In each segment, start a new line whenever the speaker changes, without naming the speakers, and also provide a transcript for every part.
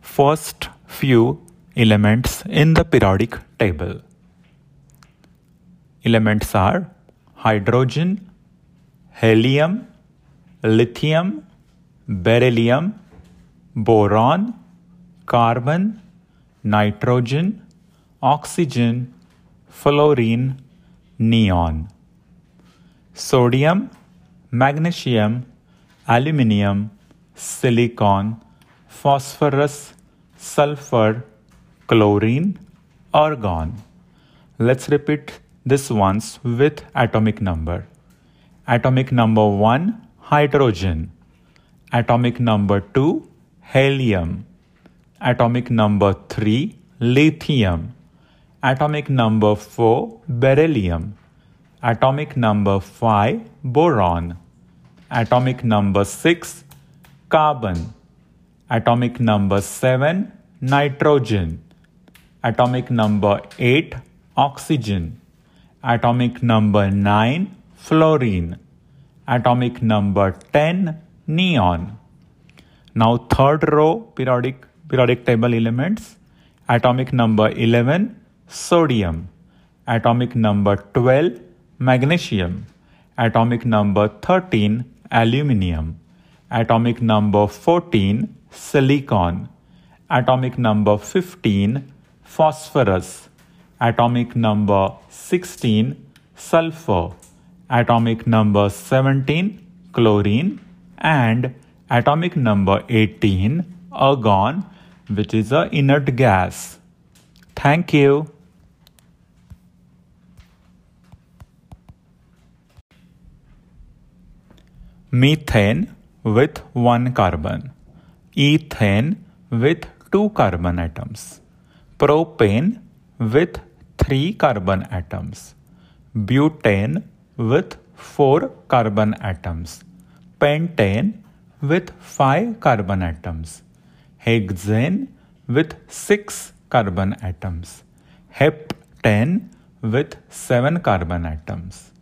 first few elements in the periodic table. Elements are hydrogen, helium, lithium, beryllium, boron, carbon, nitrogen, oxygen, fluorine, neon, sodium, magnesium, aluminium, silicon, phosphorus, sulfur, chlorine, argon. Let's repeat this once with atomic number. Atomic number 1 hydrogen. Atomic number 2 helium. Atomic number 3 lithium. Atomic number 4 beryllium. Atomic number 5 boron. Atomic number 6 carbon. Atomic number 7 nitrogen. Atomic number 8 oxygen. Atomic number 9 fluorine. Atomic number 10 neon. Now third row periodic periodic table elements. Atomic number 11 sodium. Atomic number 12 magnesium. Atomic number 13 aluminium. Atomic number 14 silicon. Atomic number 15 phosphorus. Atomic number 16 sulfur. Atomic number 17 chlorine and atomic number 18 argon which is a inert gas. Thank you. Methane with one carbon. Ethane with two carbon atoms. Propane with three carbon atoms. Butane with four carbon atoms. Pentane with five carbon atoms. Hexane with six carbon atoms. Heptane with seven carbon atoms.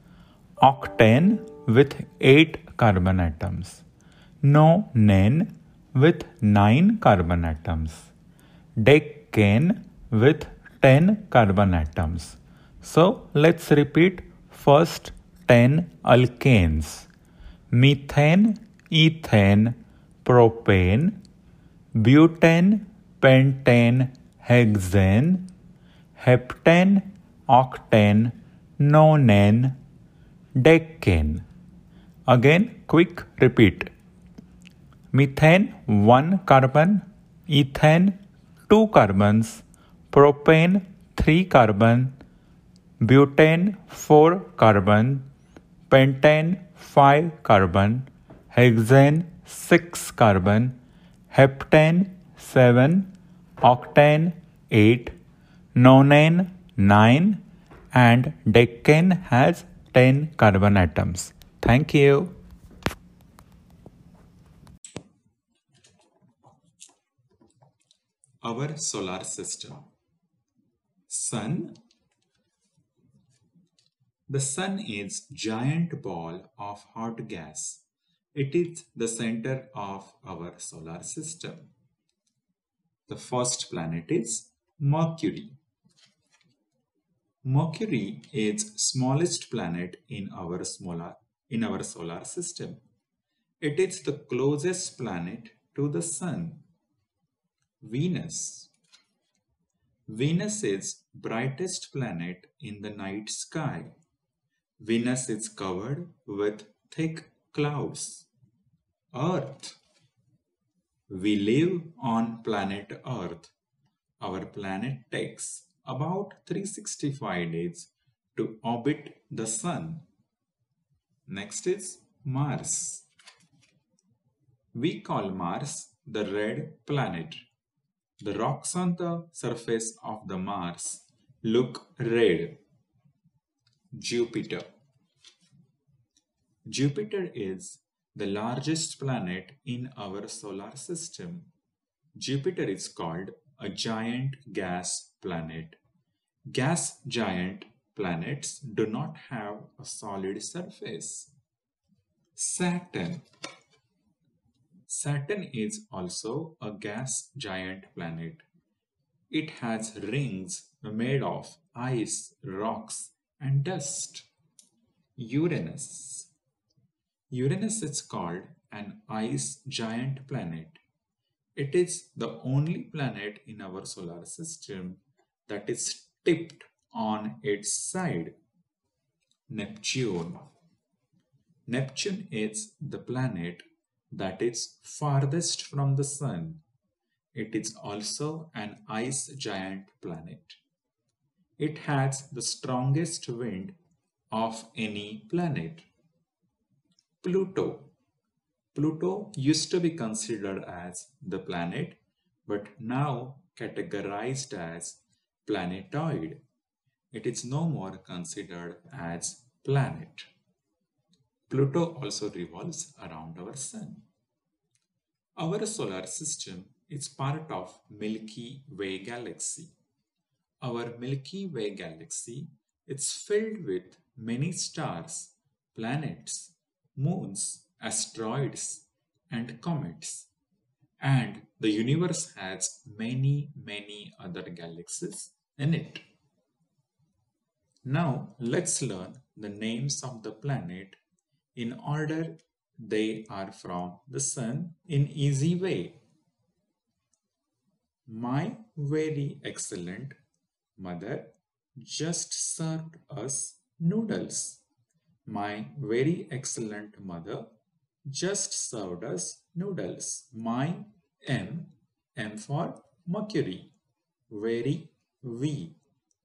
Octane with eight carbon atoms. Nonane with 9 carbon atoms. Decane with 10 carbon atoms. So let's repeat first 10 alkanes. Methane, ethane, propane, butane, pentane, hexane, heptane, octane, nonane, decane. Again, quick repeat methane 1 carbon, ethane 2 carbons, propane 3 carbon, butane 4 carbon, pentane 5 carbon, hexane 6 carbon, heptane 7, octane 8, nonane 9 and decane has 10 carbon atoms. Thank you.
our solar system. Sun. The sun is giant ball of hot gas. It is the center of our solar system. The first planet is Mercury. Mercury is smallest planet in our solar in our solar system. It is the closest planet to the sun. Venus. Venus is brightest planet in the night sky. Venus is covered with thick clouds. Earth. We live on planet Earth. Our planet takes about 365 days to orbit the sun. Next is Mars. We call Mars the red planet the rocks on the surface of the Mars look red. Jupiter. Jupiter is the largest planet in our solar system. Jupiter is called a giant gas planet. Gas giant planets do not have a solid surface. Saturn.
Saturn is also a gas giant planet. It has rings made of ice, rocks, and dust. Uranus. Uranus is called an ice giant planet. It is the only planet in our solar system that is tipped on its side. Neptune. Neptune is the planet that is farthest from the sun. It is also an ice giant planet. It has the strongest wind of any planet. Pluto. Pluto used to be considered as the planet, but now categorized as planetoid. It is no more considered as planet. Pluto also revolves around our sun. Our solar system is part of Milky Way galaxy. Our Milky Way galaxy is filled with many stars, planets, moons, asteroids, and comets. And the universe has many, many other galaxies in it. Now let's learn the names of the planet in order they are from the sun in easy way. My very excellent mother just served us noodles. My very excellent mother just served us noodles. My M, M for Mercury. Very V,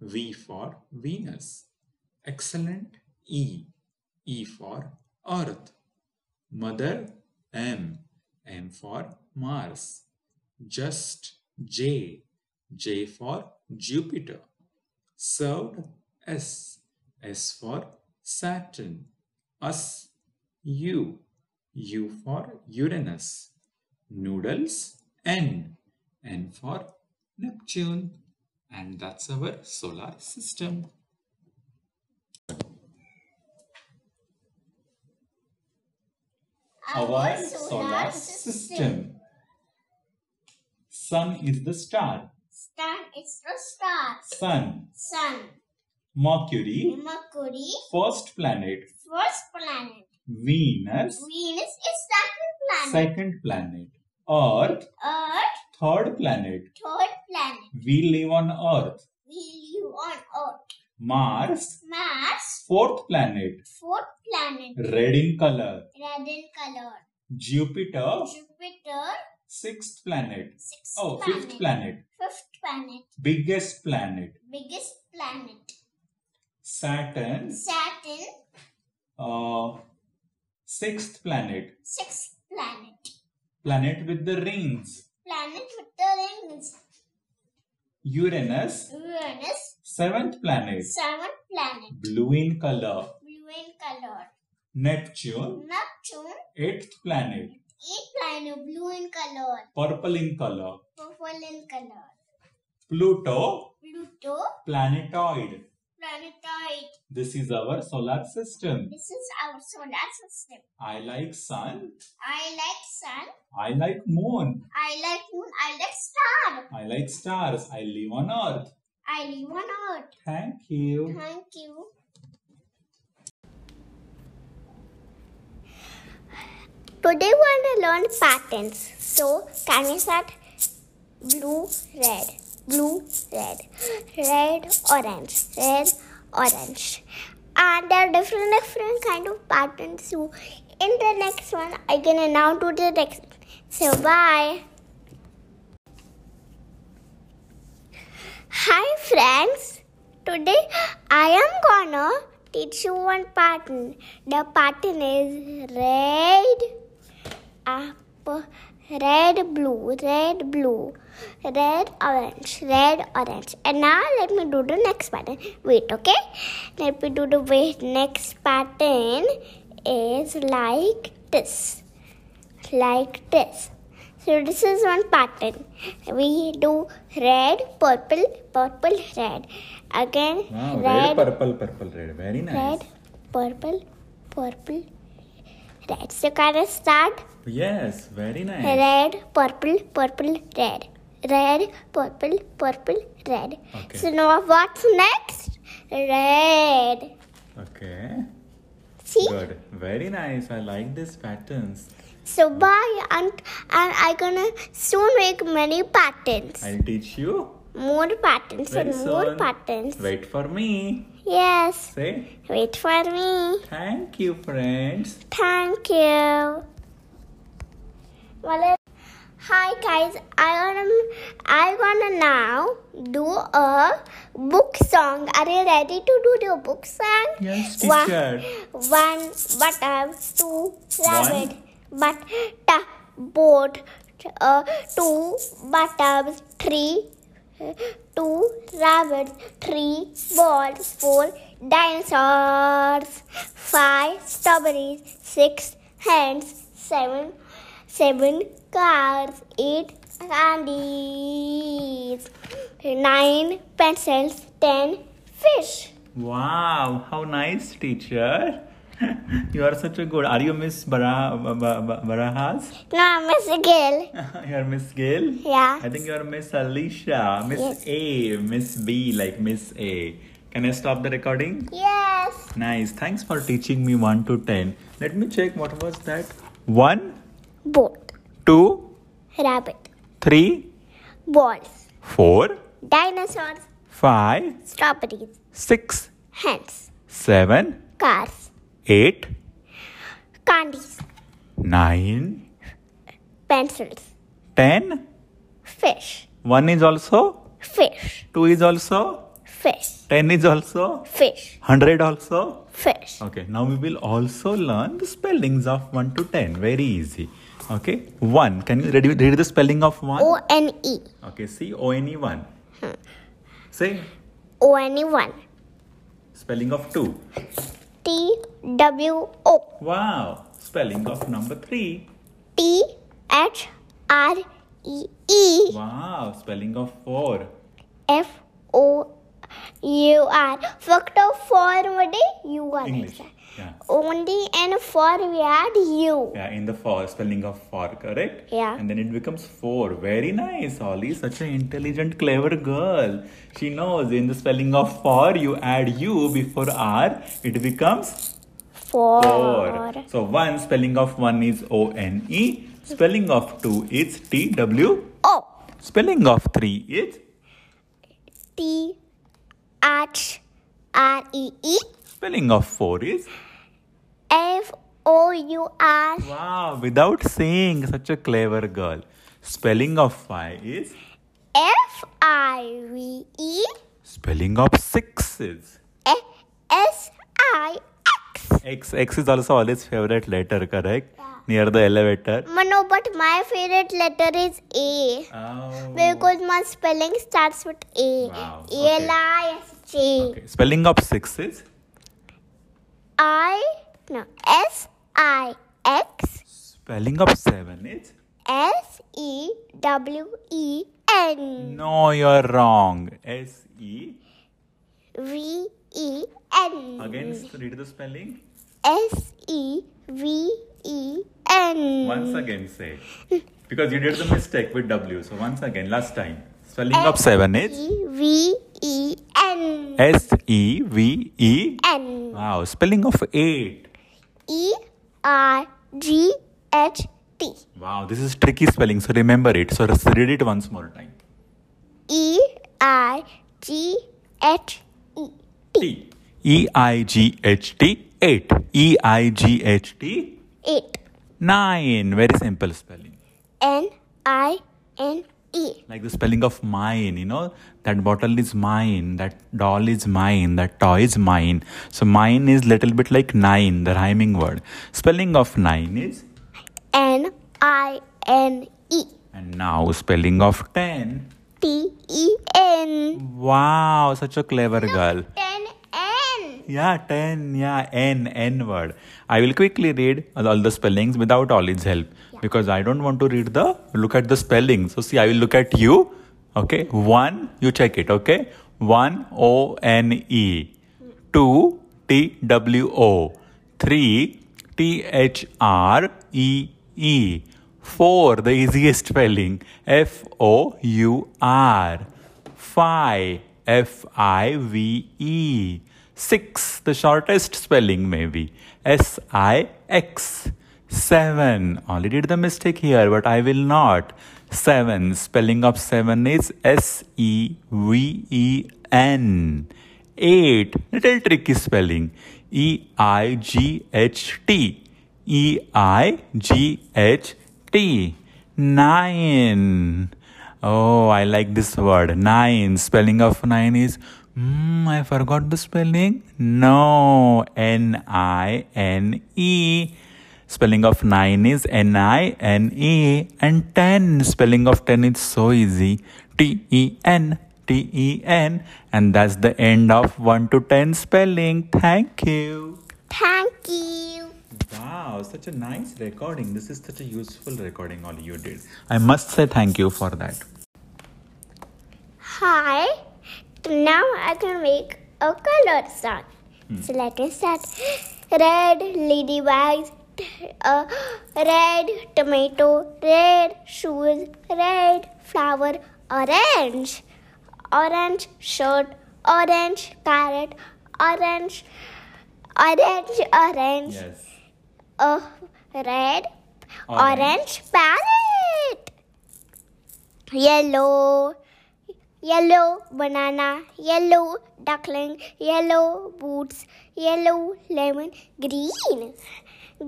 V for Venus. Excellent E, E for Earth. Mother M, M for Mars. Just J, J for Jupiter. Served S, S for Saturn. Us, U, U for Uranus. Noodles, N, N for Neptune. And that's our solar system. Our solar system. Sun is the star.
Sun is the star.
Sun,
Sun.
Mercury,
Mercury,
first planet.
first planet.
Venus,
Venus is second planet.
second planet. Earth,
Earth,
third planet.
third planet.
We live on Earth.
We live on Earth.
Mars,
Mars,
fourth planet.
fourth planet.
Red in color.
Red in color.
Jupiter,
Jupiter,
sixth planet.
sixth
Oh,
planet.
fifth planet.
Fifth planet.
Biggest planet.
Biggest planet.
Saturn,
Saturn,
uh, sixth planet.
sixth planet.
Planet with the rings.
Planet with the rings.
Uranus,
Uranus,
seventh planet.
seventh planet.
Blue in color.
Blue in color.
Neptune,
Neptune,
eighth planet.
eight planet blue in color,
Purple in color.
purple in color.
Pluto,
Pluto,
planetoid.
planetoid.
This is our solar system.
This is our solar system.
I like sun.
I like sun.
I like moon.
I like moon. I like star.
I like stars. I live on earth.
I live on earth.
Thank you.
Thank you.
Today we want to learn patterns. So can we start? Blue, red, blue, red, red, orange, red, orange. And there are different different kind of patterns. So in the next one, I'm gonna now do the next. So bye. Hi friends. Today I am gonna teach you one pattern. The pattern is red up red blue red blue red orange red orange and now let me do the next pattern wait okay let me do the wait next pattern is like this like this so this is one pattern we do red purple purple red again red
purple, purple, red. Very
red purple purple That's the kind of start.
Yes, very nice.
Red, purple, purple, red. Red, purple, purple, red.
Okay.
So now what's next? Red.
Okay.
See?
Good. Very nice. I like these patterns.
So bye and, and I gonna soon make many patterns.
I'll teach you
More patterns
very
and more
soon.
patterns.
Wait for me.
Yes.
Say
Wait for me.
thank you, friends.
Thank you. Well, hi guys. I wanna I wanna now do a book song. Are you ready to do the book song?
Yes,
One-
teacher.
One button, two rabbit, but ta boat. Uh, two buttons, three, uh, two rabbits, three balls, four dinosaurs, five strawberries, six hands, seven, seven cars, eight candies, nine pencils, ten fish.
Wow, how nice, teacher. you are such a good. Are you Miss Bara, Ba- Ba- Ba- Barajas?
No, I miss a girl.
you are Miss Gill?
Yeah.
I think you are Miss Alicia, Miss
Yes.
A, Miss B, like Miss A. Can I stop the recording?
Yes.
Nice. Thanks for teaching me 1 to 10. Let me check what was that. 1,
Boat,
2,
rabbit,
3,
balls,
4,
dinosaurs,
5,
strawberries,
6,
hands,
7,
cars,
8,
candies,
9,
pencils,
10.
fish,
1 is also,
fish,
2 is also,
fish,
10 is also,
fish,
100 also.
fish.
Okay, now we will also learn the spellings of 1 to 10. Very easy. Okay, 1. Can you read, read the spelling of 1?
O N E.
Okay, C O N E 1. Say
O N E 1.
spelling of 2.
T W O.
Wow, spelling of number 3.
T H R E E.
Wow, spelling of 4.
F O U R. Factor 4 made U R.
English. Yeah.
Only and 4 we add U.
Yeah, in the 4, spelling of 4, correct?
Yeah.
And then it becomes 4. Very nice, Ollie. Such an intelligent, clever girl. She knows in the spelling of 4, you add U before R, it becomes
4.
Four. So one spelling of one is O N E. Spelling of two is T W.
O.
Spelling of three is
T H R E E.
spelling of four is
F O U R.
wow. Without saying, such a clever girl. Spelling of five is
F I V E.
spelling of six is
A- S I X.
X. X is also always favorite letter, correct? Near the elevator.
No, but my favorite letter is A.
Oh.
Because my spelling starts with A.
Wow,
A L I S J.
Okay. Spelling of six is
I no S I X
spelling of seven is
S E W E N
no. You're wrong. S E
V E N
again. Read the spelling.
S E V E N.
Once again, say. Because you did the mistake with W. So, once again, last time. Spelling of 7 is
E V E N
S E V E.
N
Wow. Spelling of 8.
E R G H T
Wow. This is tricky spelling. So, remember it. So, let's read it once more time.
E I G H E
T. E I G H T. 8. E I G H T.
eight
9. Very simple spelling.
N I N E
Like the spelling of mine, you know, that bottle is mine, that doll is mine, that toy is mine. So mine is little bit like nine, the rhyming word. Spelling of nine is,
N I N E
and now spelling of ten.
T E N
Wow, such a clever girl.
Ten N
Yeah, ten. Yeah, n n word. I will quickly read all the spellings without Ollie's help because I don't want to read the look at the spelling. So see, I will look at you. Okay, one. You check it. Okay, one o n e, two t w o, three T H R E E. Four, the easiest spelling. F O U R. Five, F I V E. Six, the shortest spelling maybe. S I X. Seven, only did the mistake here, but I will not. Seven, spelling of seven is S E V E N. 8 little tricky spelling e i g h t e i g h t 9 oh i like this word 9 spelling of 9 is mm, i forgot the spelling no n i n e spelling of 9 is n i n e and 10 spelling of 10 is so easy t e n T E N. And that's the end of 1 to 10 spelling. Thank you.
Thank you.
Wow, such a nice recording. This is such a useful recording, all you did. I must say thank you for that.
Hi. Now I can make a color song. So let me start. Red ladybugs, t- uh, red tomato, red shoes, red flower, orange, orange shirt, orange carrot, orange, orange, orange,
Yes.
uh, red, orange,
Orange.
parrot, yellow, yellow banana, yellow duckling, yellow boots, yellow lemon, green,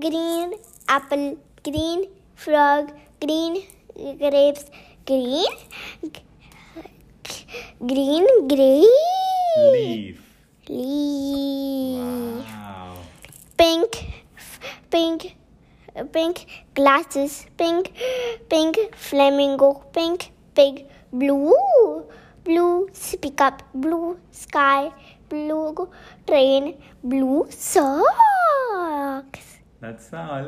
green apple, green frog, green grapes, green, green grape,
Leaf.
leaf
Wow.
pink pink pink glasses pink pink flamingo pink pig blue blue speak up blue sky blue train blue socks
That's all.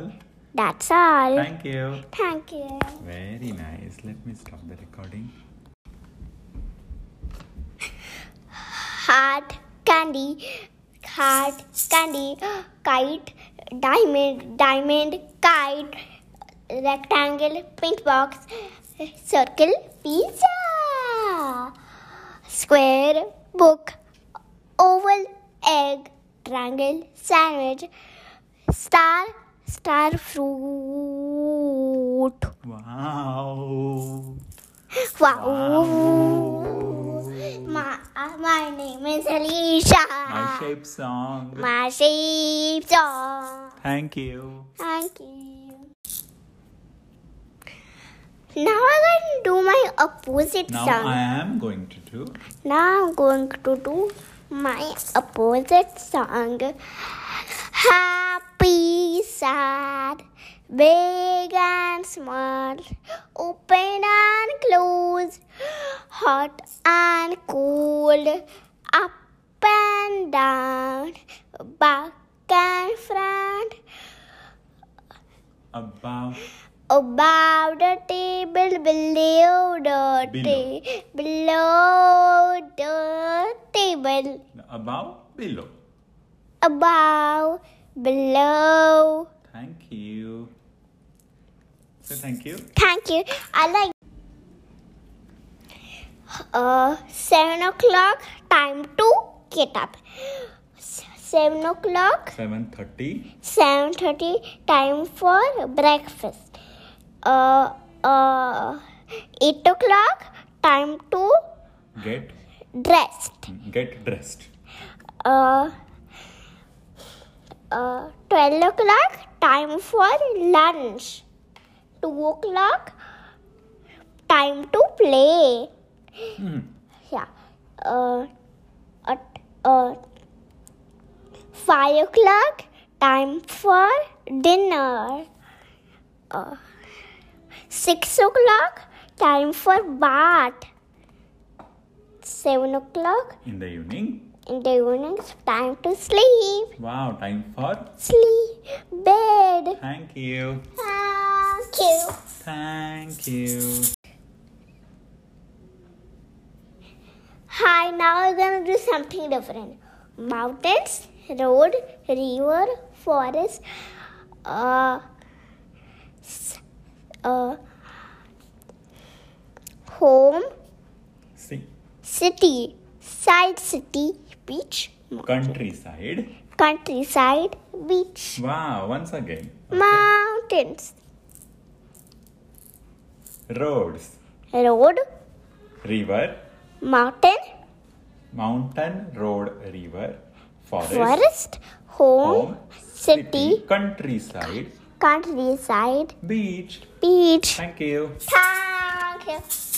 that's all
Thank you.
thank you
Very nice. Let me stop the recording.
heart candy heart candy kite diamond diamond kite rectangle pink box circle pizza square book oval egg triangle sandwich star star fruit
Wow.
wow, My, uh, my name is Alicia
My shape song.
Ah. my sheep dog.
Thank you.
Thank you. Now I'm going to do my opposite
Now
sound.
I am going to do.
Now I'm going to do my opposite song. Happy, sad, big and small, open and closed, hot and cold, up and down, back and front,
Above.
above the table, below the
Below.
table, below the table.
Above. Below.
above, below.
Thank you. Say thank you.
Thank you. I like. Uh, seven o'clock. Time to get up. S- Seven o'clock.
7.30.
Seven thirty. Time for breakfast. Uh, uh, eight o'clock. Time to
Get
dressed.
get dressed.
Uh, uh, 12 o'clock, time for lunch. 2 o'clock, time to play. Yeah. Uh, at, uh, 5 o'clock, time for dinner. Uh, 6 o'clock, time for bath. 7 o'clock,
In the evening.
in the evening, it's time to sleep.
Wow, time for.
Sleep. Bed.
Thank you.
Thank you.
Thank you.
Hi, now we're gonna do something different. Mountains, road, river, forest, uh, s- uh, home,
See,
city, side city, beach,
countryside.
countryside, beach,
Wow, once again.
mountains,
Roads,
road,
river,
mountain,
mountain, road, river, forest,
forest, home,
home,
city,
countryside,
countryside,
beach.
beach.
Thank you.
Thank you.